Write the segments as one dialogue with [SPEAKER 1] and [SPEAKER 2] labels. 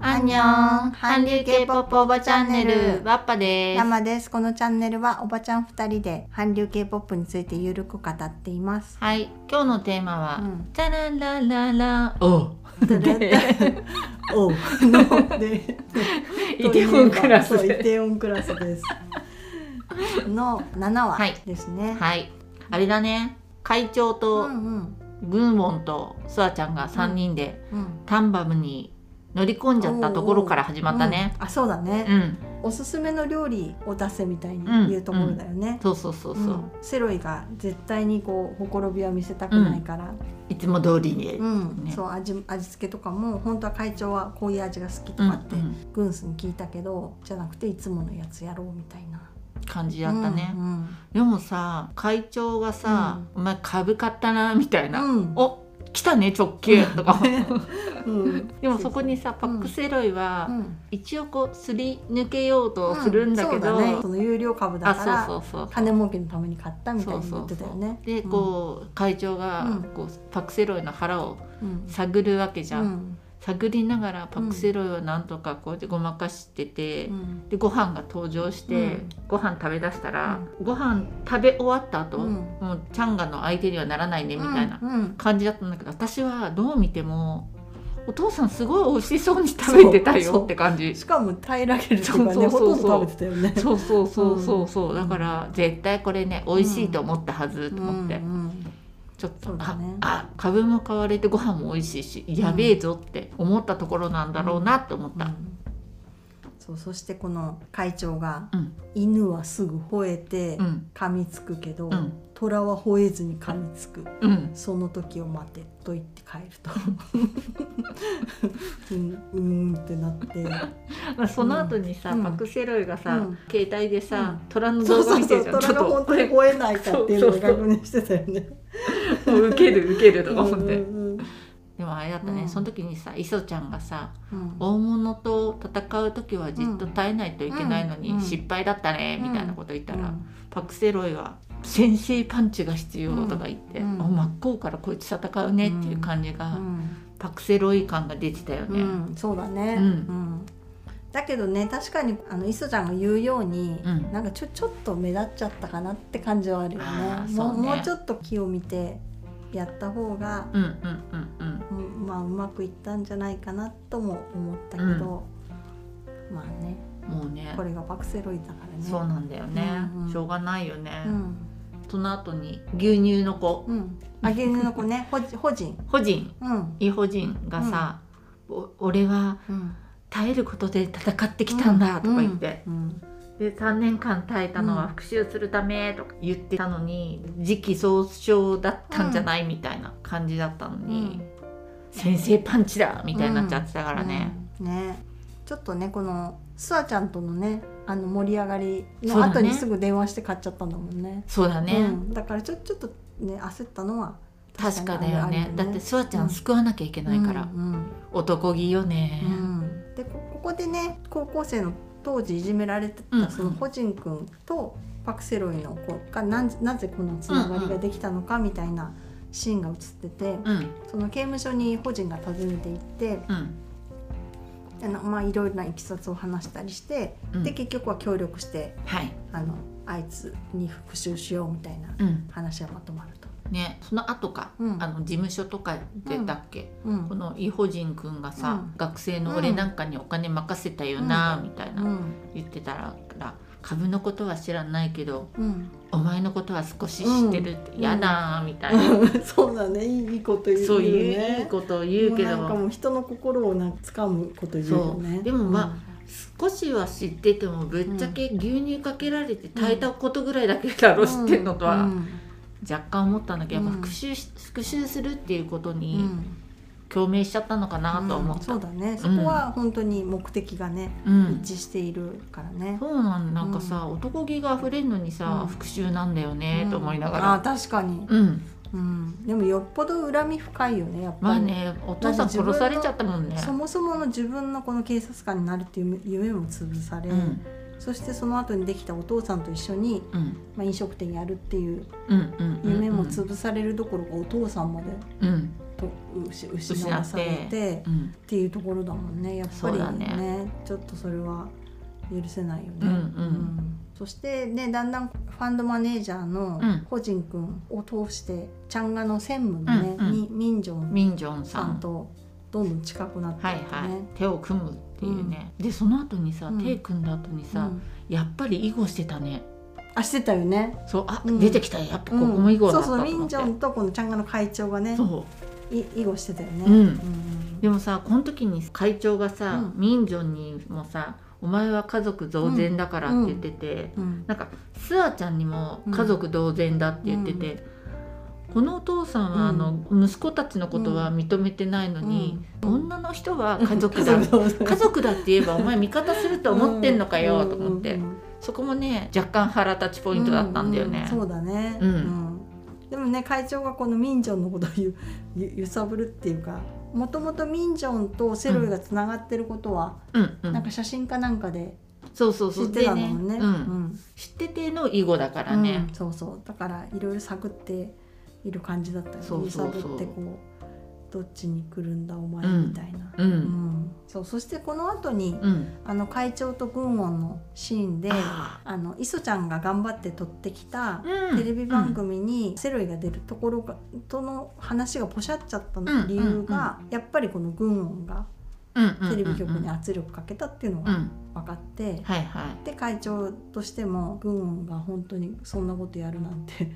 [SPEAKER 1] アンニョン韓流 K-POP おばチャンネルバッパです
[SPEAKER 2] ラマです。このチャンネルはおばちゃん二人で韓流 K-POP についてゆるく語っています。
[SPEAKER 1] はい今日のテーマは
[SPEAKER 2] うん
[SPEAKER 1] 「チャララララお」で
[SPEAKER 2] おうので
[SPEAKER 1] イテウォンクラス
[SPEAKER 2] そうイ
[SPEAKER 1] で
[SPEAKER 2] テウォンクラスです。の7話
[SPEAKER 1] はい
[SPEAKER 2] ですね。
[SPEAKER 1] はいあれだね会長
[SPEAKER 2] うんう
[SPEAKER 1] と
[SPEAKER 2] ん
[SPEAKER 1] グンウォンとスアちゃんが3人で
[SPEAKER 2] うん。
[SPEAKER 1] タンバムに乗り込んじゃったところから始まったね
[SPEAKER 2] うん。あ、そうだね
[SPEAKER 1] う、ん
[SPEAKER 2] おすすめの料理を出せみたいに
[SPEAKER 1] うん
[SPEAKER 2] 言うところだよね。
[SPEAKER 1] そうそうそうそううん
[SPEAKER 2] セロイが絶対にこうほころびは見せたくないから、
[SPEAKER 1] いつも通りに
[SPEAKER 2] うん
[SPEAKER 1] ね
[SPEAKER 2] そう味味付けとかも本当は会長はこういう味が好きと
[SPEAKER 1] うんう
[SPEAKER 2] かって、
[SPEAKER 1] ん
[SPEAKER 2] グンスに聞いたけどじゃなくていつものやつやろうみたいな
[SPEAKER 1] 感じだったね
[SPEAKER 2] うん
[SPEAKER 1] でもさ会長がさ「お前株買ったな」みたいな
[SPEAKER 2] うん
[SPEAKER 1] お来たね直球とか
[SPEAKER 2] うんうん
[SPEAKER 1] でもそこにさパックセロイは
[SPEAKER 2] うん
[SPEAKER 1] 一応こうすり抜けようとするんだけど、
[SPEAKER 2] そうねその有料株だ
[SPEAKER 1] あ
[SPEAKER 2] から
[SPEAKER 1] そうそうそう
[SPEAKER 2] 金儲けのために買ったみたいに言ってたよね
[SPEAKER 1] でこう、会長が
[SPEAKER 2] うん
[SPEAKER 1] こうパク・セロイの腹を
[SPEAKER 2] うん、うん
[SPEAKER 1] 探るわけじゃん、
[SPEAKER 2] うん
[SPEAKER 1] 探りながらパク・セロイはなんとかこうやってごまかしてて、
[SPEAKER 2] うん
[SPEAKER 1] でご飯が登場して、
[SPEAKER 2] うん
[SPEAKER 1] ご飯食べだしたら、ご飯食べ終わった後、
[SPEAKER 2] うん
[SPEAKER 1] もうチャンガの相手にはならないねみたいな
[SPEAKER 2] うんうん
[SPEAKER 1] 感じだったんだけど私はどう見てもお父さんすごい美味しそうに食べてた
[SPEAKER 2] そうそ
[SPEAKER 1] よ
[SPEAKER 2] う
[SPEAKER 1] って感じ
[SPEAKER 2] しかも平らげるとかね
[SPEAKER 1] そうそうそうそう
[SPEAKER 2] ほとんど食べてたよね
[SPEAKER 1] そうそうそうそうそう、だから絶対これね美味しいと思ったはずと思って、
[SPEAKER 2] うんうん
[SPEAKER 1] ちょっと、
[SPEAKER 2] そうだ
[SPEAKER 1] あ
[SPEAKER 2] ね
[SPEAKER 1] あ株も買われてご飯も美味しいしやべえぞって思ったところなんだろうなって思っ
[SPEAKER 2] う
[SPEAKER 1] た、
[SPEAKER 2] んそうそしてこの会長が、
[SPEAKER 1] うん
[SPEAKER 2] 犬はすぐ吠えて
[SPEAKER 1] うん
[SPEAKER 2] 噛みつくけど、
[SPEAKER 1] うん
[SPEAKER 2] 虎は吠えずに噛みつく
[SPEAKER 1] うん
[SPEAKER 2] その時を待てと言って帰ると うんうーんってなって
[SPEAKER 1] まあ、その後にさ、
[SPEAKER 2] うん
[SPEAKER 1] パクセロイがさ、
[SPEAKER 2] うん
[SPEAKER 1] 携帯でさ、
[SPEAKER 2] う
[SPEAKER 1] 虎の
[SPEAKER 2] そ
[SPEAKER 1] 動
[SPEAKER 2] う
[SPEAKER 1] 画
[SPEAKER 2] そう
[SPEAKER 1] 見て
[SPEAKER 2] そ
[SPEAKER 1] る
[SPEAKER 2] う
[SPEAKER 1] じゃん
[SPEAKER 2] 虎が本当に
[SPEAKER 1] ちょっ
[SPEAKER 2] 吠えないかっていうのを
[SPEAKER 1] そうそう
[SPEAKER 2] 確認してたよね。
[SPEAKER 1] と もうウケるウケるとか思って、
[SPEAKER 2] うんうん
[SPEAKER 1] でもあれだったね、
[SPEAKER 2] うん
[SPEAKER 1] その時にさ磯ちゃんがさ
[SPEAKER 2] うん
[SPEAKER 1] 大物と戦う時はじっと耐えないといけないのに、
[SPEAKER 2] うん
[SPEAKER 1] 失敗だったね、みたいなこと言ったら、
[SPEAKER 2] うん
[SPEAKER 1] パクセロイは「先制パンチが必要」とか言って、
[SPEAKER 2] うん
[SPEAKER 1] お真っ向からこいつ戦うねっていう感じが、パクセロイ感が出てたよ
[SPEAKER 2] う
[SPEAKER 1] ね。うん
[SPEAKER 2] んそうだね、
[SPEAKER 1] うん
[SPEAKER 2] うんだけどね確かにあの磯ちゃんが言うように、
[SPEAKER 1] うん
[SPEAKER 2] なんかちょちょっと目立っちゃったかなって感じはあるよ
[SPEAKER 1] あー
[SPEAKER 2] ね。も
[SPEAKER 1] そ
[SPEAKER 2] う
[SPEAKER 1] うね
[SPEAKER 2] もうちょっと木を見てやった方が
[SPEAKER 1] うんうんうん
[SPEAKER 2] うんまあうまくいったんじゃないかなとも思ったけど、まあね
[SPEAKER 1] もうね
[SPEAKER 2] これがパクセロイだからね
[SPEAKER 1] そうなんだよね、
[SPEAKER 2] うんうん
[SPEAKER 1] しょうがないよね、
[SPEAKER 2] うん
[SPEAKER 1] その後に牛乳の子
[SPEAKER 2] うんあげるの子ねほじほじん
[SPEAKER 1] 個人
[SPEAKER 2] うん
[SPEAKER 1] イホジンがさ、お俺は
[SPEAKER 2] うん
[SPEAKER 1] 耐えることで戦ってきたんだ」とか言って、
[SPEAKER 2] うん
[SPEAKER 1] で3年間耐えたのは復讐するためとか言ってたのに時期尚早だったんじゃないみたいな感じだったのに、先生パンチだみたいになっちゃってたからね、
[SPEAKER 2] うんねちょっとねこのスアちゃんとのねあの盛り上がり
[SPEAKER 1] そう
[SPEAKER 2] の
[SPEAKER 1] だね
[SPEAKER 2] 後にすぐ電話して買っちゃったんだもんね
[SPEAKER 1] そうだね、
[SPEAKER 2] うん、だからちょちょっとね焦ったのは
[SPEAKER 1] 確かだよ
[SPEAKER 2] あるあ
[SPEAKER 1] ね
[SPEAKER 2] る
[SPEAKER 1] だってスワちゃ
[SPEAKER 2] うんん
[SPEAKER 1] 救わなきゃいけないから、
[SPEAKER 2] うんうん
[SPEAKER 1] 男気よね、
[SPEAKER 2] うんでこここでね高校生の当時いじめられて
[SPEAKER 1] うんうん
[SPEAKER 2] たそのホジン君とパクセロイの子がなんなぜこのつながりができたのかみたいなシーンが映ってて、
[SPEAKER 1] うん
[SPEAKER 2] その刑務所にホジンが訪ねて行って
[SPEAKER 1] うん
[SPEAKER 2] あのまあいろいろないきさつを話したりして、
[SPEAKER 1] うん
[SPEAKER 2] で結局は協力して
[SPEAKER 1] はい、
[SPEAKER 2] あのあいつに復讐しようみたいな
[SPEAKER 1] うん
[SPEAKER 2] 話がまとまると。
[SPEAKER 1] ね、その後か、
[SPEAKER 2] うん
[SPEAKER 1] あの事務所とか出たっけ、
[SPEAKER 2] うん
[SPEAKER 1] このイホジン君がさ、
[SPEAKER 2] うん
[SPEAKER 1] 学生の俺なんかにお金任せたよな、みたいな、
[SPEAKER 2] うん
[SPEAKER 1] 言ってたら株のことは知らないけど
[SPEAKER 2] うん、
[SPEAKER 1] お前のことは少し知ってるって、
[SPEAKER 2] うん
[SPEAKER 1] やだーみたいな、
[SPEAKER 2] そうだねいいいいこと言うよね
[SPEAKER 1] そういういいことを言うけ
[SPEAKER 2] もなんか
[SPEAKER 1] ど
[SPEAKER 2] もう人の心をなんか掴むこと言うよ
[SPEAKER 1] そ
[SPEAKER 2] ね
[SPEAKER 1] うでもまあ、少しは知っててもぶっちゃけ牛乳かけられて炊いたことぐらいだけだろ、知ってんのとは、
[SPEAKER 2] うん
[SPEAKER 1] 若干思ったんだけど、やっぱ
[SPEAKER 2] うん
[SPEAKER 1] 復讐し復讐するっていうこと
[SPEAKER 2] う
[SPEAKER 1] に
[SPEAKER 2] ん
[SPEAKER 1] 共鳴しちゃったのかなとは思った、
[SPEAKER 2] う
[SPEAKER 1] うん
[SPEAKER 2] んそうだねそこは本当に目的がね、一致しているからね、
[SPEAKER 1] そうなんなんかさ、男気が溢れるのにさ、
[SPEAKER 2] うん
[SPEAKER 1] 復讐なんだよね、
[SPEAKER 2] うん
[SPEAKER 1] と思いなが
[SPEAKER 2] あ
[SPEAKER 1] ら
[SPEAKER 2] 確かに、
[SPEAKER 1] うん、
[SPEAKER 2] うん、でもよっぽど恨み深いよねやっぱり、
[SPEAKER 1] まあねお父さん殺されちゃったもんね
[SPEAKER 2] そもそもの自分のこの警察官になるっていう夢も潰され、
[SPEAKER 1] うん
[SPEAKER 2] そしてその後にできたお父さんと一緒に、
[SPEAKER 1] うん
[SPEAKER 2] まあ、飲食店やるっていう
[SPEAKER 1] うんうんうん
[SPEAKER 2] 夢も潰されるどころかお父さんまで
[SPEAKER 1] うん
[SPEAKER 2] と失失わされ
[SPEAKER 1] 失ってうん
[SPEAKER 2] っていうところだもんねやっぱ
[SPEAKER 1] そうだ
[SPEAKER 2] りね
[SPEAKER 1] ね
[SPEAKER 2] ちょっとそれは許せないよね。
[SPEAKER 1] うんうん
[SPEAKER 2] そしてねだんだんファンドマネージャーの
[SPEAKER 1] うん
[SPEAKER 2] 個人君を通してちゃんがの専務のね、
[SPEAKER 1] うんうん
[SPEAKER 2] み民情
[SPEAKER 1] ミンジョンさ
[SPEAKER 2] さ
[SPEAKER 1] ん
[SPEAKER 2] んとどんどん近くなって
[SPEAKER 1] はい
[SPEAKER 2] っ
[SPEAKER 1] は
[SPEAKER 2] てね。
[SPEAKER 1] い、手を組むっていうね、でその後にさ、
[SPEAKER 2] うん
[SPEAKER 1] 手組んだ後に
[SPEAKER 2] う
[SPEAKER 1] さ、
[SPEAKER 2] ん、
[SPEAKER 1] やっぱり囲碁してたね
[SPEAKER 2] あしてたよね。
[SPEAKER 1] そうあ、
[SPEAKER 2] うん
[SPEAKER 1] 出てきたやっぱここ
[SPEAKER 2] うん
[SPEAKER 1] も囲碁だ
[SPEAKER 2] そう
[SPEAKER 1] ったと
[SPEAKER 2] そう、
[SPEAKER 1] 思
[SPEAKER 2] 民
[SPEAKER 1] って、
[SPEAKER 2] 情とこのちゃんがの会長がね、
[SPEAKER 1] そう
[SPEAKER 2] い囲碁してたよね。
[SPEAKER 1] うん
[SPEAKER 2] ん
[SPEAKER 1] でもさこの時に会長がさ、
[SPEAKER 2] うん
[SPEAKER 1] ミンジョンにもさ「お前は家族同然だから」って言ってて、
[SPEAKER 2] うん
[SPEAKER 1] なんかスアちゃんにも「家族同然だ」って言ってて、このお父さんはあの、息子たちのことは認めてないのに、
[SPEAKER 2] うん
[SPEAKER 1] 女の人は家族だ、
[SPEAKER 2] 家族
[SPEAKER 1] 家族だって言えばお前味方すると思ってんのかよ、と思って、
[SPEAKER 2] うんうんうん
[SPEAKER 1] そこもね若干腹立ちポイントだったんだよね。
[SPEAKER 2] ううそうだね。
[SPEAKER 1] うん
[SPEAKER 2] うんでもね会長がこの民ンのことをゆゆ揺さぶるっていうか。もともと民ンとセロイがつながってることは、
[SPEAKER 1] うんうん
[SPEAKER 2] なんか写真かなんかで
[SPEAKER 1] そうそうそ
[SPEAKER 2] 知っ
[SPEAKER 1] う
[SPEAKER 2] てたんだもんね。
[SPEAKER 1] でねうん知ってての囲碁だからね、
[SPEAKER 2] うんそうそうだからいろいろ探っている感じだったよね
[SPEAKER 1] そうそうそう
[SPEAKER 2] 揺さぶってこうどっちに来るんだお前みたいな。
[SPEAKER 1] うん
[SPEAKER 2] うんそうそしてこの後に、
[SPEAKER 1] うん、
[SPEAKER 2] あの会長と軍音のシーンで
[SPEAKER 1] あ
[SPEAKER 2] あの磯ちゃんが頑張って撮ってきた
[SPEAKER 1] ーうん
[SPEAKER 2] テレビ番組にセロイが出るところが、との話がポシャっちゃった
[SPEAKER 1] ん
[SPEAKER 2] 理由が、やっぱりこの軍音がテレビ局に圧力かけたっていうの
[SPEAKER 1] うん、う
[SPEAKER 2] が
[SPEAKER 1] ん
[SPEAKER 2] 分かって、
[SPEAKER 1] はいはい
[SPEAKER 2] で会長としても軍音が本当にそんなことやるなんて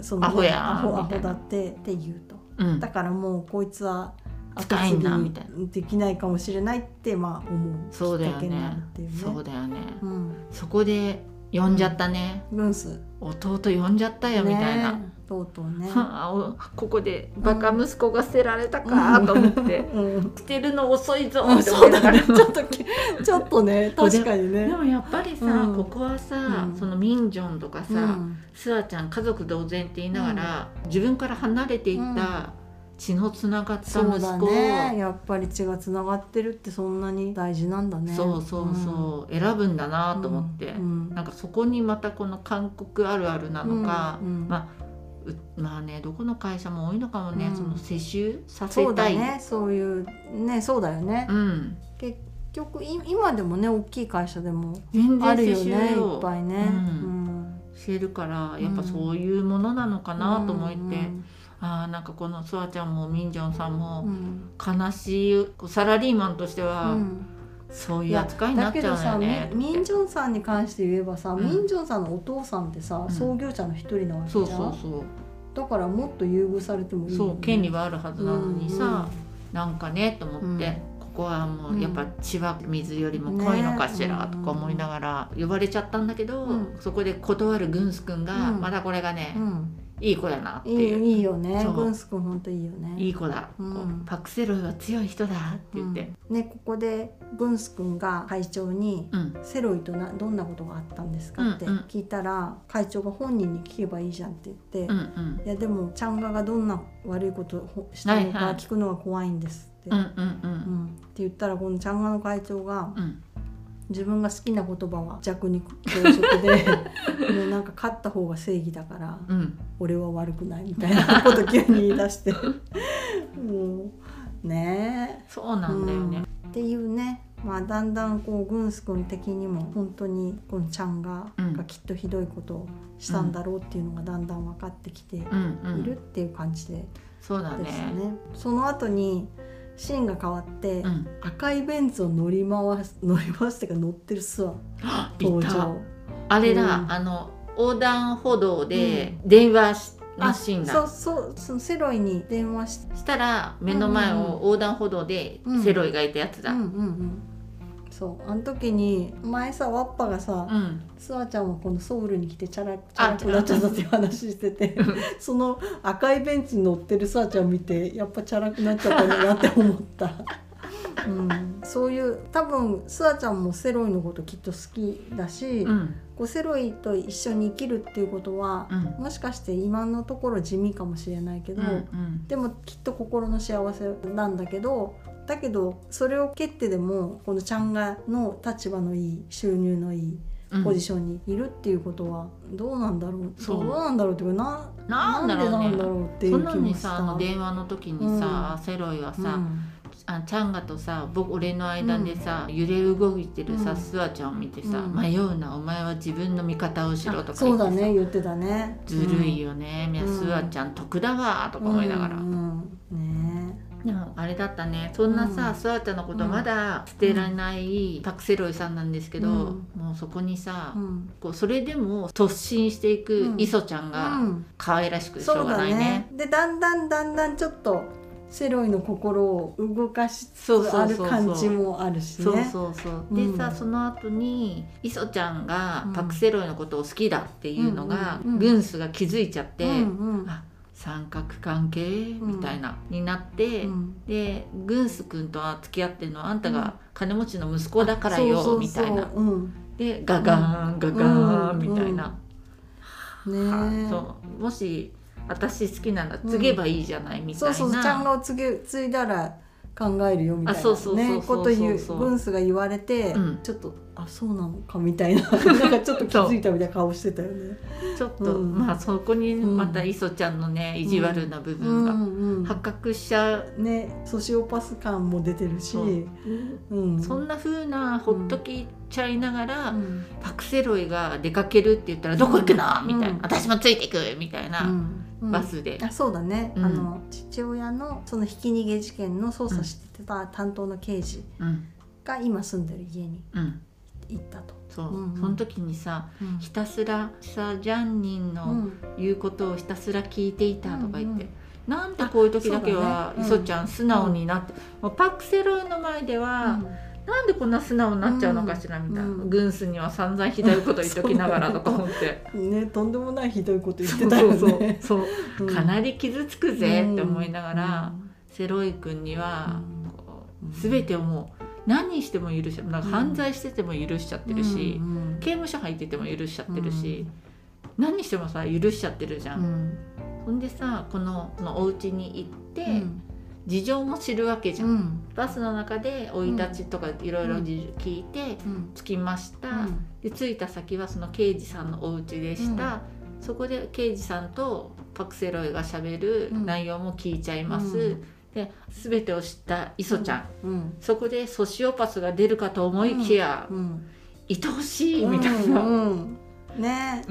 [SPEAKER 2] その
[SPEAKER 1] アホやー
[SPEAKER 2] アホア
[SPEAKER 1] みた
[SPEAKER 2] ホ
[SPEAKER 1] いな
[SPEAKER 2] だってって言うと
[SPEAKER 1] うん
[SPEAKER 2] だからもうこいつは
[SPEAKER 1] 使えんな
[SPEAKER 2] 後継ぎ
[SPEAKER 1] みたい
[SPEAKER 2] できないかもしれないってまあ思う
[SPEAKER 1] そうだ
[SPEAKER 2] きっ
[SPEAKER 1] よ
[SPEAKER 2] かけにな
[SPEAKER 1] ね
[SPEAKER 2] るっていうね。
[SPEAKER 1] そうだよね、
[SPEAKER 2] うん
[SPEAKER 1] そこで呼んじゃったね、
[SPEAKER 2] ブンス
[SPEAKER 1] 弟呼んじゃったよみたいな、
[SPEAKER 2] ねとうとう ね。
[SPEAKER 1] はあおここでバカ息子が捨てられたかと思って、
[SPEAKER 2] うん
[SPEAKER 1] 捨てるの遅いぞ
[SPEAKER 2] あ
[SPEAKER 1] って
[SPEAKER 2] そ
[SPEAKER 1] 思
[SPEAKER 2] う
[SPEAKER 1] いな
[SPEAKER 2] だ
[SPEAKER 1] が
[SPEAKER 2] ね。
[SPEAKER 1] ら
[SPEAKER 2] ちょっとき、ちょっとね、確かに
[SPEAKER 1] で
[SPEAKER 2] ね。
[SPEAKER 1] もやっぱりさ、
[SPEAKER 2] うん
[SPEAKER 1] ここはさ、
[SPEAKER 2] うん
[SPEAKER 1] そのミンジョンとかさ、
[SPEAKER 2] うん
[SPEAKER 1] スアちゃん家族同然って言いながら、自分から離れていった血のつながった息子
[SPEAKER 2] そ
[SPEAKER 1] を、
[SPEAKER 2] うだね。やっぱり血がつながってるってそんなに大事なんだね。
[SPEAKER 1] そうそうそう、選ぶんだな
[SPEAKER 2] うん
[SPEAKER 1] と思って、
[SPEAKER 2] うん
[SPEAKER 1] なんかそこにまたこの韓国あるあるなのか、
[SPEAKER 2] うんうん
[SPEAKER 1] まあうまあねどこの会社も多いのかもね、
[SPEAKER 2] うん
[SPEAKER 1] その世襲させ
[SPEAKER 2] そうだ
[SPEAKER 1] たい
[SPEAKER 2] ね。そういうね、そうだよね
[SPEAKER 1] う。ん、
[SPEAKER 2] 結局い今でもね、大きい会社でも
[SPEAKER 1] 全
[SPEAKER 2] あ
[SPEAKER 1] 然世
[SPEAKER 2] るよ
[SPEAKER 1] 襲
[SPEAKER 2] ね、いっ
[SPEAKER 1] を
[SPEAKER 2] ぱいね。うん
[SPEAKER 1] してるからやっぱそういうものなのかなと思って、
[SPEAKER 2] うん
[SPEAKER 1] あーなんかこのスワちゃんもミンジョンさん
[SPEAKER 2] う
[SPEAKER 1] も
[SPEAKER 2] ん
[SPEAKER 1] 悲しいこうサラリーマンとしては、
[SPEAKER 2] うん
[SPEAKER 1] そう
[SPEAKER 2] い
[SPEAKER 1] いう
[SPEAKER 2] や
[SPEAKER 1] 扱いにな
[SPEAKER 2] だ
[SPEAKER 1] っち
[SPEAKER 2] け
[SPEAKER 1] ゃ
[SPEAKER 2] ど
[SPEAKER 1] うの
[SPEAKER 2] さ
[SPEAKER 1] よ
[SPEAKER 2] ミ
[SPEAKER 1] ね。
[SPEAKER 2] ミン・ジョンさんに関して言えばさ、
[SPEAKER 1] うん
[SPEAKER 2] ミン・ジョンさんのお父さんってさ、
[SPEAKER 1] うん
[SPEAKER 2] 創業者の一人なわけじ
[SPEAKER 1] そ
[SPEAKER 2] ゃん
[SPEAKER 1] うそうそ
[SPEAKER 2] だからもっと優遇されてもいういよね、
[SPEAKER 1] そう権利はあるはずなのに
[SPEAKER 2] うんうん
[SPEAKER 1] さ、なんかねと思って、
[SPEAKER 2] うん
[SPEAKER 1] ここはもうやっぱ血は水よりも濃いのかしら
[SPEAKER 2] ね
[SPEAKER 1] とか思いながら呼ばれちゃったんだけど、
[SPEAKER 2] うん
[SPEAKER 1] そこで断るグンス君が、
[SPEAKER 2] うん
[SPEAKER 1] まだこれがね、
[SPEAKER 2] うん、
[SPEAKER 1] いい子だなって
[SPEAKER 2] い
[SPEAKER 1] いう。
[SPEAKER 2] いいいよね
[SPEAKER 1] そう
[SPEAKER 2] グンス君本当いいよね
[SPEAKER 1] いい子だ、こう
[SPEAKER 2] うん
[SPEAKER 1] パクセロイは強い人だって言って、
[SPEAKER 2] うんねここでグンス君が会長に
[SPEAKER 1] うん
[SPEAKER 2] 「セロイとなどんなことがあったんですか?」って
[SPEAKER 1] うんうん
[SPEAKER 2] 聞いたら、会長が本人に聞けばいいじゃんって言って「
[SPEAKER 1] うんう
[SPEAKER 2] い
[SPEAKER 1] ん
[SPEAKER 2] やでもチャンガがどんな悪いことをほしたの
[SPEAKER 1] はいは
[SPEAKER 2] か
[SPEAKER 1] い
[SPEAKER 2] 聞くのが怖いんです」って、
[SPEAKER 1] うんうんう
[SPEAKER 2] うんんって言ったらこのチャンガの会長が
[SPEAKER 1] うん
[SPEAKER 2] 自分が好きな言葉は弱肉強食で もうなんか勝った方が正義だから
[SPEAKER 1] うん
[SPEAKER 2] 俺は悪くないみたいなこと急に言い出してもうね
[SPEAKER 1] そうなんだよね、
[SPEAKER 2] えっていうねまあだんだんこうグンス君的にも本当にこのちゃんが,、
[SPEAKER 1] うん
[SPEAKER 2] がきっとひどいことをしたんだろうっていうのがだんだん分かってきてい
[SPEAKER 1] うんうん
[SPEAKER 2] るっていう感じで
[SPEAKER 1] そうだ
[SPEAKER 2] で
[SPEAKER 1] ね
[SPEAKER 2] すね。その後にシーンが変わって、
[SPEAKER 1] うん
[SPEAKER 2] 赤いベンツを乗り回す 乗り回すっていうか乗ってるスワ
[SPEAKER 1] あい
[SPEAKER 2] 登
[SPEAKER 1] た
[SPEAKER 2] 場。
[SPEAKER 1] あれだ、
[SPEAKER 2] うん
[SPEAKER 1] あの横断歩道で電話しのシーン
[SPEAKER 2] そう
[SPEAKER 1] だ
[SPEAKER 2] そうそのセロイに電話して
[SPEAKER 1] したら目の前
[SPEAKER 2] うんうんうん
[SPEAKER 1] を横断歩道で
[SPEAKER 2] うん
[SPEAKER 1] セロイがいたやつだ、
[SPEAKER 2] う
[SPEAKER 1] うんん
[SPEAKER 2] うんうんそうあの時に前さワッパがさ、スワちゃんもこのソウルに来てチャラチャラくなっちゃったっていう話してて その赤いベンチに乗ってるスワちゃん見てやっぱチャラくなっちゃったんだなって思 った、うん、そういう多分スワちゃんもセロイのこときっと好きだし、
[SPEAKER 1] うん
[SPEAKER 2] こうセロイと一緒に生きるっていうことは
[SPEAKER 1] う、ん
[SPEAKER 2] もしかして今のところ地味かもしれないけど、
[SPEAKER 1] うん
[SPEAKER 2] でもきっと心の幸せなんだけどだけどそれを蹴ってでもこのちゃんがの立場のいい収入のいい
[SPEAKER 1] うん
[SPEAKER 2] ポジションにいるっていうことはどうなんだろう、
[SPEAKER 1] そう
[SPEAKER 2] どうなんだろうっていうかな
[SPEAKER 1] なんだろうね
[SPEAKER 2] なんでなんだろうってい
[SPEAKER 1] そうん
[SPEAKER 2] 気
[SPEAKER 1] な
[SPEAKER 2] も
[SPEAKER 1] のに
[SPEAKER 2] し
[SPEAKER 1] さ
[SPEAKER 2] た
[SPEAKER 1] あの電話の時にさ、セロイはさ、
[SPEAKER 2] うん
[SPEAKER 1] あチャンガとさ僕俺の間でさ、揺れ動いてるさ、
[SPEAKER 2] うん
[SPEAKER 1] スワちゃんを見てさ、
[SPEAKER 2] うん
[SPEAKER 1] 迷うなお前は自分の味方をしろとか
[SPEAKER 2] あ
[SPEAKER 1] 言
[SPEAKER 2] そ
[SPEAKER 1] っ
[SPEAKER 2] う
[SPEAKER 1] て
[SPEAKER 2] だ
[SPEAKER 1] さ
[SPEAKER 2] ね言ってたね
[SPEAKER 1] ずるいよね、みんな
[SPEAKER 2] うん
[SPEAKER 1] スワちゃん得だわと
[SPEAKER 2] と
[SPEAKER 1] か思いながら、
[SPEAKER 2] うんうんね
[SPEAKER 1] でもあれだったねそんなさ、
[SPEAKER 2] うん
[SPEAKER 1] スワちゃんのことまだ捨てられないパクセロイさんなんですけど、
[SPEAKER 2] うん
[SPEAKER 1] もうそこにさ、
[SPEAKER 2] うん
[SPEAKER 1] こうそれでも突進していく
[SPEAKER 2] うん
[SPEAKER 1] イソちゃん
[SPEAKER 2] う
[SPEAKER 1] が
[SPEAKER 2] ん
[SPEAKER 1] 可愛らしくてしょ
[SPEAKER 2] そうう
[SPEAKER 1] が
[SPEAKER 2] だ
[SPEAKER 1] ないね
[SPEAKER 2] ね。でだんだんだんだんちょっとセロイの心を動かしつ
[SPEAKER 1] そう
[SPEAKER 2] つ
[SPEAKER 1] そ
[SPEAKER 2] あ
[SPEAKER 1] う
[SPEAKER 2] る
[SPEAKER 1] そうそう
[SPEAKER 2] 感じもあるしね
[SPEAKER 1] そうそうそうで
[SPEAKER 2] うん
[SPEAKER 1] さその後にイソちゃんが
[SPEAKER 2] うん
[SPEAKER 1] パクセロイのことを好きだっていうのが、
[SPEAKER 2] うんうんうん
[SPEAKER 1] グンスが気づいちゃって、
[SPEAKER 2] うんうん
[SPEAKER 1] あ三角関係みたいな、になって、
[SPEAKER 2] うん
[SPEAKER 1] でグンス君とは付き合ってるのはあんたが金持ちの息子だから
[SPEAKER 2] そう
[SPEAKER 1] よ
[SPEAKER 2] そう
[SPEAKER 1] み
[SPEAKER 2] そ
[SPEAKER 1] たい
[SPEAKER 2] う
[SPEAKER 1] な
[SPEAKER 2] うん
[SPEAKER 1] でガガーンガガー
[SPEAKER 2] う
[SPEAKER 1] ン
[SPEAKER 2] ん
[SPEAKER 1] みたいな、
[SPEAKER 2] ねえ
[SPEAKER 1] そうもし私好きなんだ継げばいいじゃないみたい
[SPEAKER 2] そ
[SPEAKER 1] な、
[SPEAKER 2] うそうちゃんが継ぎ継いだら考えるよみたい
[SPEAKER 1] あ
[SPEAKER 2] な
[SPEAKER 1] そうそうそうそう
[SPEAKER 2] ねこと言う
[SPEAKER 1] そう
[SPEAKER 2] ブンスが言われて、
[SPEAKER 1] うん
[SPEAKER 2] ちょっとあそうなのか みたいななんかちょっと気づいたみたいな顔してたよね。
[SPEAKER 1] ちょっと、
[SPEAKER 2] うん
[SPEAKER 1] まあそこに
[SPEAKER 2] うん
[SPEAKER 1] また磯ちゃんのね意地悪な部分が
[SPEAKER 2] ん
[SPEAKER 1] 発覚しちゃう、
[SPEAKER 2] ねソシオパス感も出てるし、
[SPEAKER 1] そう
[SPEAKER 2] うん、
[SPEAKER 1] そんな風なほっときちゃいながら、
[SPEAKER 2] うん
[SPEAKER 1] パクセロイが出かけるって言ったら「どこ行くの?」みたいな、
[SPEAKER 2] うん
[SPEAKER 1] 私もついていく」みたいな、
[SPEAKER 2] うん
[SPEAKER 1] バスで
[SPEAKER 2] あそうだね、
[SPEAKER 1] うん
[SPEAKER 2] あの父親のそのひき逃げ事件の捜査してた担当の刑事
[SPEAKER 1] うん
[SPEAKER 2] が今住んでる家に
[SPEAKER 1] うん
[SPEAKER 2] 行ったと。
[SPEAKER 1] そう、
[SPEAKER 2] うんうん
[SPEAKER 1] その時にさひたすらさジャンニン
[SPEAKER 2] う
[SPEAKER 1] の
[SPEAKER 2] ん
[SPEAKER 1] 言うことをひたすら聞いていたとか言って、
[SPEAKER 2] うん
[SPEAKER 1] なんでこういう時だけは
[SPEAKER 2] あそうだね
[SPEAKER 1] 磯ちゃん素直になって、もうパクセロイの前では、
[SPEAKER 2] うん
[SPEAKER 1] なんでこんな素直になっちゃうのかしらみたいな、
[SPEAKER 2] うん
[SPEAKER 1] 軍師には散々ひどいこと言っときながらとか思って
[SPEAKER 2] ねとんでもないひどいこと 言っ
[SPEAKER 1] そ
[SPEAKER 2] て
[SPEAKER 1] う
[SPEAKER 2] た
[SPEAKER 1] そ
[SPEAKER 2] よ
[SPEAKER 1] うそう
[SPEAKER 2] ね。
[SPEAKER 1] そう
[SPEAKER 2] うん
[SPEAKER 1] かなり傷つくぜって思いながら、
[SPEAKER 2] うん
[SPEAKER 1] セロイ君には
[SPEAKER 2] うん
[SPEAKER 1] こ
[SPEAKER 2] うん
[SPEAKER 1] う全てをもう何しても許しちゃうなんか
[SPEAKER 2] うん
[SPEAKER 1] 犯罪してても許しちゃってるし、
[SPEAKER 2] うんうん
[SPEAKER 1] 刑務所入ってても許しちゃってるし、何してもさ許しちゃってるじゃ
[SPEAKER 2] うん
[SPEAKER 1] ん。
[SPEAKER 2] うん
[SPEAKER 1] ほんでさこのこのお家に行って、
[SPEAKER 2] うん
[SPEAKER 1] 事情も知るわけじゃん。
[SPEAKER 2] うん
[SPEAKER 1] バスの中で生い立ちとかいろいろ聞いて
[SPEAKER 2] うん
[SPEAKER 1] 着きました。で着いた先はその刑事さんのお家でした、そこで刑事さんとパクセロイがしゃべる内容も聞いちゃいます、
[SPEAKER 2] うん
[SPEAKER 1] で全てを知った磯ちゃん、
[SPEAKER 2] うん
[SPEAKER 1] そこでソシオパスが出るかと思いきや、
[SPEAKER 2] うん
[SPEAKER 1] 愛おしいみたいな、うん
[SPEAKER 2] うんね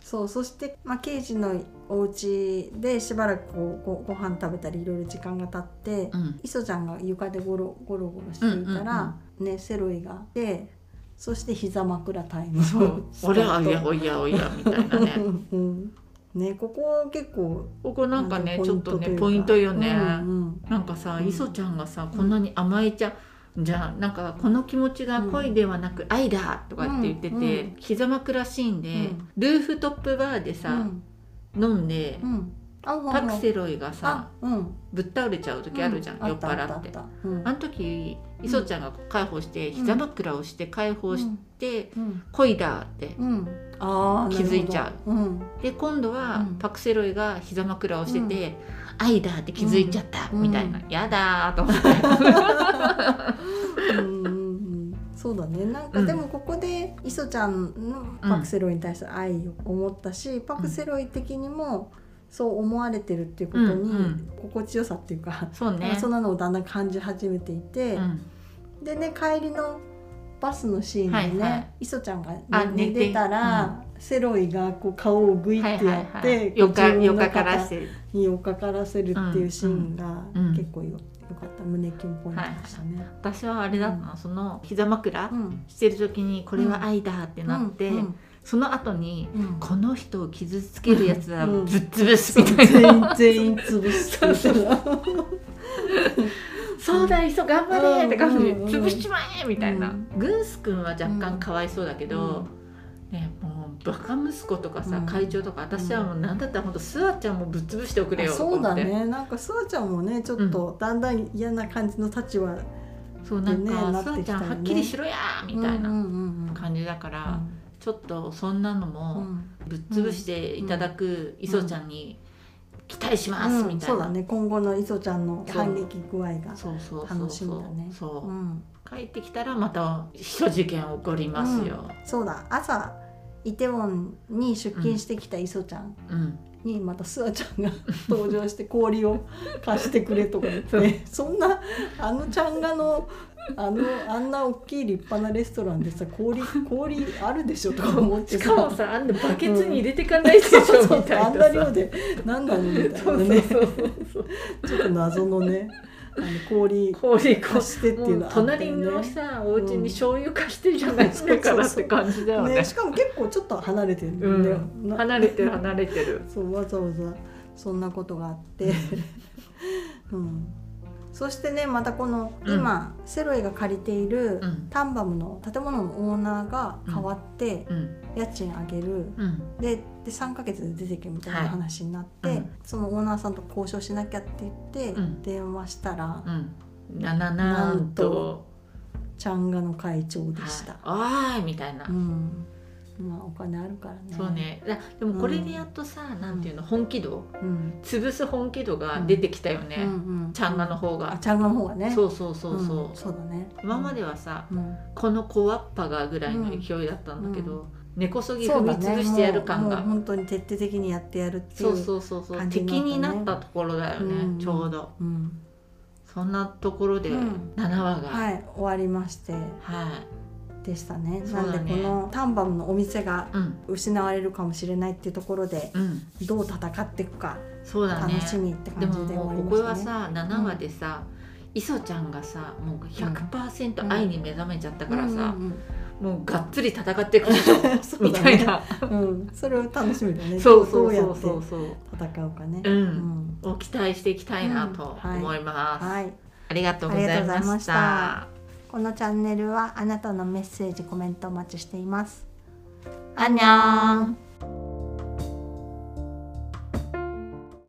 [SPEAKER 2] そうそして、まあ、刑事のお家でしばらくこうごご飯食べたりいろいろ時間が経って、
[SPEAKER 1] うん
[SPEAKER 2] 磯ちゃんが床でゴロゴロゴロしていたら、ねセロイがでそして膝枕タイム
[SPEAKER 1] そう俺はおやおやおやみたいなね
[SPEAKER 2] うんねここ結構
[SPEAKER 1] ここなんかね
[SPEAKER 2] あの
[SPEAKER 1] ちょっとね
[SPEAKER 2] ポ
[SPEAKER 1] ポ
[SPEAKER 2] イ
[SPEAKER 1] イ
[SPEAKER 2] ン
[SPEAKER 1] ン
[SPEAKER 2] ト
[SPEAKER 1] ト
[SPEAKER 2] と
[SPEAKER 1] よね、
[SPEAKER 2] うん
[SPEAKER 1] なんかさ
[SPEAKER 2] うん
[SPEAKER 1] 磯ちゃんがさこんなに甘えちゃじゃあなんかこの気持ちが恋ではなく愛だとかって言ってて、
[SPEAKER 2] うんうん
[SPEAKER 1] 膝枕シーンで、
[SPEAKER 2] うん
[SPEAKER 1] ルーフトップバーで
[SPEAKER 2] う
[SPEAKER 1] さ、
[SPEAKER 2] ん
[SPEAKER 1] 飲んで、
[SPEAKER 2] うん、あほんほん
[SPEAKER 1] パクセロイがさ
[SPEAKER 2] あうん
[SPEAKER 1] ぶっ倒れちゃう時あるじゃん、
[SPEAKER 2] う
[SPEAKER 1] 酔っ払
[SPEAKER 2] あ
[SPEAKER 1] って
[SPEAKER 2] た
[SPEAKER 1] あ
[SPEAKER 2] あたうん
[SPEAKER 1] の時磯ちゃんが解放して、膝枕をして解放して、
[SPEAKER 2] うん
[SPEAKER 1] 恋だって
[SPEAKER 2] うんあー
[SPEAKER 1] 気づいちゃう
[SPEAKER 2] なるほどうん
[SPEAKER 1] で今度は
[SPEAKER 2] うん
[SPEAKER 1] パクセロイが膝枕をしてて、愛だって気づいちゃった、
[SPEAKER 2] うん
[SPEAKER 1] みたいな、
[SPEAKER 2] う
[SPEAKER 1] やだーと思って。
[SPEAKER 2] うんうんうんそうだねなんか
[SPEAKER 1] うん
[SPEAKER 2] でもここで磯ちゃんのパクセロイに対する愛を思ったし、パクセロイ的にもそう思われてるっていうこと
[SPEAKER 1] うんうん
[SPEAKER 2] に心地よさっていうか、
[SPEAKER 1] そうね
[SPEAKER 2] なんかそんなのをだんだん感じ始めていて、
[SPEAKER 1] うん
[SPEAKER 2] でね帰りのバスのシーンでね、
[SPEAKER 1] はいはい
[SPEAKER 2] 磯ちゃんが
[SPEAKER 1] あ
[SPEAKER 2] 寝
[SPEAKER 1] 寝て
[SPEAKER 2] てたら、セロイがこう顔をグイ
[SPEAKER 1] はい
[SPEAKER 2] って
[SPEAKER 1] は
[SPEAKER 2] や
[SPEAKER 1] い
[SPEAKER 2] っ
[SPEAKER 1] は
[SPEAKER 2] て
[SPEAKER 1] い、
[SPEAKER 2] こう
[SPEAKER 1] よか
[SPEAKER 2] 自分の
[SPEAKER 1] よかからして
[SPEAKER 2] にをかからせるっていうシーンが
[SPEAKER 1] うんうん
[SPEAKER 2] 結構よ,、かった胸キュンポイントでしたね。
[SPEAKER 1] 私はあれだったな、その膝枕
[SPEAKER 2] うん
[SPEAKER 1] してる時にこれは愛だってなって、
[SPEAKER 2] うんうん
[SPEAKER 1] その後に
[SPEAKER 2] うん
[SPEAKER 1] この人を傷つけるやつは
[SPEAKER 2] うん
[SPEAKER 1] ぶっ潰す
[SPEAKER 2] そう
[SPEAKER 1] みたい
[SPEAKER 2] 全
[SPEAKER 1] な、
[SPEAKER 2] 員全員潰してる
[SPEAKER 1] そうだ磯頑張れって感じ、
[SPEAKER 2] うんうん
[SPEAKER 1] 潰しちまえみたいな、
[SPEAKER 2] うん
[SPEAKER 1] グンス君は若干かわいそうだけど、ねもうバカ息子とかさ、
[SPEAKER 2] うん
[SPEAKER 1] 会長とか私はもう何だったら本当スワちゃんもぶっ潰しておくれ
[SPEAKER 2] あ
[SPEAKER 1] よと
[SPEAKER 2] そう
[SPEAKER 1] 思
[SPEAKER 2] だ
[SPEAKER 1] って
[SPEAKER 2] ねなんかすわちゃんもねちょっとだんだん嫌な感じの立場
[SPEAKER 1] そうなん
[SPEAKER 2] ねな
[SPEAKER 1] か
[SPEAKER 2] っ
[SPEAKER 1] ス
[SPEAKER 2] て
[SPEAKER 1] ワ
[SPEAKER 2] き
[SPEAKER 1] ち
[SPEAKER 2] た
[SPEAKER 1] ゃ
[SPEAKER 2] よ
[SPEAKER 1] ん
[SPEAKER 2] ね
[SPEAKER 1] はっきりしろやみたい
[SPEAKER 2] うん
[SPEAKER 1] な
[SPEAKER 2] うんうんうん
[SPEAKER 1] 感じだから、ちょっとそんなのも、
[SPEAKER 2] うん
[SPEAKER 1] ぶっ潰していただく磯ちゃんに期待します、
[SPEAKER 2] う
[SPEAKER 1] み
[SPEAKER 2] ん、
[SPEAKER 1] たい
[SPEAKER 2] そう
[SPEAKER 1] な
[SPEAKER 2] だね今後の磯ちゃんの反撃具合が
[SPEAKER 1] そうそうそう
[SPEAKER 2] 楽
[SPEAKER 1] そ
[SPEAKER 2] しみ
[SPEAKER 1] う
[SPEAKER 2] だね
[SPEAKER 1] そう、
[SPEAKER 2] うん、
[SPEAKER 1] 帰ってきたらまた一事件起こりますよ、
[SPEAKER 2] そうだ朝イテウォンに出勤してきた磯ちゃん
[SPEAKER 1] うん
[SPEAKER 2] にまたスアちゃんが 登場して氷を貸してくれとか言ってそんなあのちゃんがのあのあんな大きい立派なレストランでさ氷氷あるでしょとか思っ
[SPEAKER 1] し
[SPEAKER 2] てさ
[SPEAKER 1] かもさあんなバケツに入れていかないでしょ、
[SPEAKER 2] そうそう
[SPEAKER 1] みたいな
[SPEAKER 2] あんな量で何なのみたい
[SPEAKER 1] そうそ
[SPEAKER 2] な
[SPEAKER 1] う
[SPEAKER 2] ね
[SPEAKER 1] そうそう
[SPEAKER 2] ちょっと謎のねあの氷
[SPEAKER 1] 氷こ
[SPEAKER 2] 貸してっ
[SPEAKER 1] う
[SPEAKER 2] てい
[SPEAKER 1] も
[SPEAKER 2] うの
[SPEAKER 1] う
[SPEAKER 2] はあったよ
[SPEAKER 1] 隣
[SPEAKER 2] ね
[SPEAKER 1] のさお家に醤油貸してるじゃないですかからって感じだよね
[SPEAKER 2] ね、しかも結構ちょっと離れてるんだ
[SPEAKER 1] う
[SPEAKER 2] よね、
[SPEAKER 1] ん
[SPEAKER 2] な
[SPEAKER 1] 離れてる離れてる
[SPEAKER 2] そうわざわざそんなことがあって、うん、そしてねまたこの
[SPEAKER 1] うん
[SPEAKER 2] 今、セロイが借りている
[SPEAKER 1] うん
[SPEAKER 2] タンバムの建物のオーナーが変わって
[SPEAKER 1] うん
[SPEAKER 2] 家賃上げる
[SPEAKER 1] うん
[SPEAKER 2] でで3ヶ月で出てけみたい
[SPEAKER 1] はい
[SPEAKER 2] な話になって、
[SPEAKER 1] うん
[SPEAKER 2] そのオーナーさんと交渉しなきゃって言って
[SPEAKER 1] うん
[SPEAKER 2] 電話したら、
[SPEAKER 1] うんなななんと
[SPEAKER 2] ちゃんがの会長でした。
[SPEAKER 1] はい、あーいみたいな、
[SPEAKER 2] うんまあお金あるからね。
[SPEAKER 1] そうねだでもこれでやっとさ、なんていうの本気度
[SPEAKER 2] うん。
[SPEAKER 1] 潰す本気度が出てきたよね、
[SPEAKER 2] うんうん、
[SPEAKER 1] ちゃんがの方
[SPEAKER 2] あ
[SPEAKER 1] が、
[SPEAKER 2] ちゃんがの方がね。
[SPEAKER 1] そうそうそうそう、
[SPEAKER 2] んそうだね。
[SPEAKER 1] 今まではさ、
[SPEAKER 2] うん、
[SPEAKER 1] この子わっぱがぐらいの勢いだったんだけど、根こそぎ
[SPEAKER 2] そ
[SPEAKER 1] 踏
[SPEAKER 2] う
[SPEAKER 1] み
[SPEAKER 2] だね
[SPEAKER 1] 潰してやる感が
[SPEAKER 2] もうもう本当に徹底的にやってやるってい
[SPEAKER 1] そうう,、そうそうそう
[SPEAKER 2] 感じになった
[SPEAKER 1] 敵
[SPEAKER 2] ね
[SPEAKER 1] になったところだよね、
[SPEAKER 2] うん
[SPEAKER 1] ちょうど
[SPEAKER 2] うん、
[SPEAKER 1] そんなところで
[SPEAKER 2] うん
[SPEAKER 1] 7話が、はい、
[SPEAKER 2] はい終わりましてでしたね
[SPEAKER 1] そうだね
[SPEAKER 2] なんでこのタンバムのお店が
[SPEAKER 1] うん
[SPEAKER 2] 失われるかもしれないっていうところで
[SPEAKER 1] うん
[SPEAKER 2] どう戦っていくか
[SPEAKER 1] そうだ
[SPEAKER 2] 楽
[SPEAKER 1] ね
[SPEAKER 2] しみって
[SPEAKER 1] で
[SPEAKER 2] 感じ
[SPEAKER 1] も
[SPEAKER 2] で終わ
[SPEAKER 1] も
[SPEAKER 2] り
[SPEAKER 1] う
[SPEAKER 2] ましたね
[SPEAKER 1] ここはさ7話でさ、磯ちゃんがさもう100%愛に目覚めちゃったからさ
[SPEAKER 2] う、ん
[SPEAKER 1] もうがっつり戦ってい くでしょ
[SPEAKER 2] そ う
[SPEAKER 1] み
[SPEAKER 2] だ
[SPEAKER 1] た
[SPEAKER 2] ね
[SPEAKER 1] いな
[SPEAKER 2] うん、それを楽しみだね
[SPEAKER 1] そうそうそうそ
[SPEAKER 2] ど
[SPEAKER 1] う
[SPEAKER 2] や
[SPEAKER 1] う
[SPEAKER 2] っ
[SPEAKER 1] そう
[SPEAKER 2] て戦うかね、
[SPEAKER 1] うん
[SPEAKER 2] ん
[SPEAKER 1] を期待していきたいなと思います、
[SPEAKER 2] はい
[SPEAKER 1] ありがとうござい
[SPEAKER 2] ありがとう
[SPEAKER 1] ま
[SPEAKER 2] ござい
[SPEAKER 1] した
[SPEAKER 2] ましたこのチャンネルはあなたのメッセージコメントお待ちしています
[SPEAKER 1] 안녕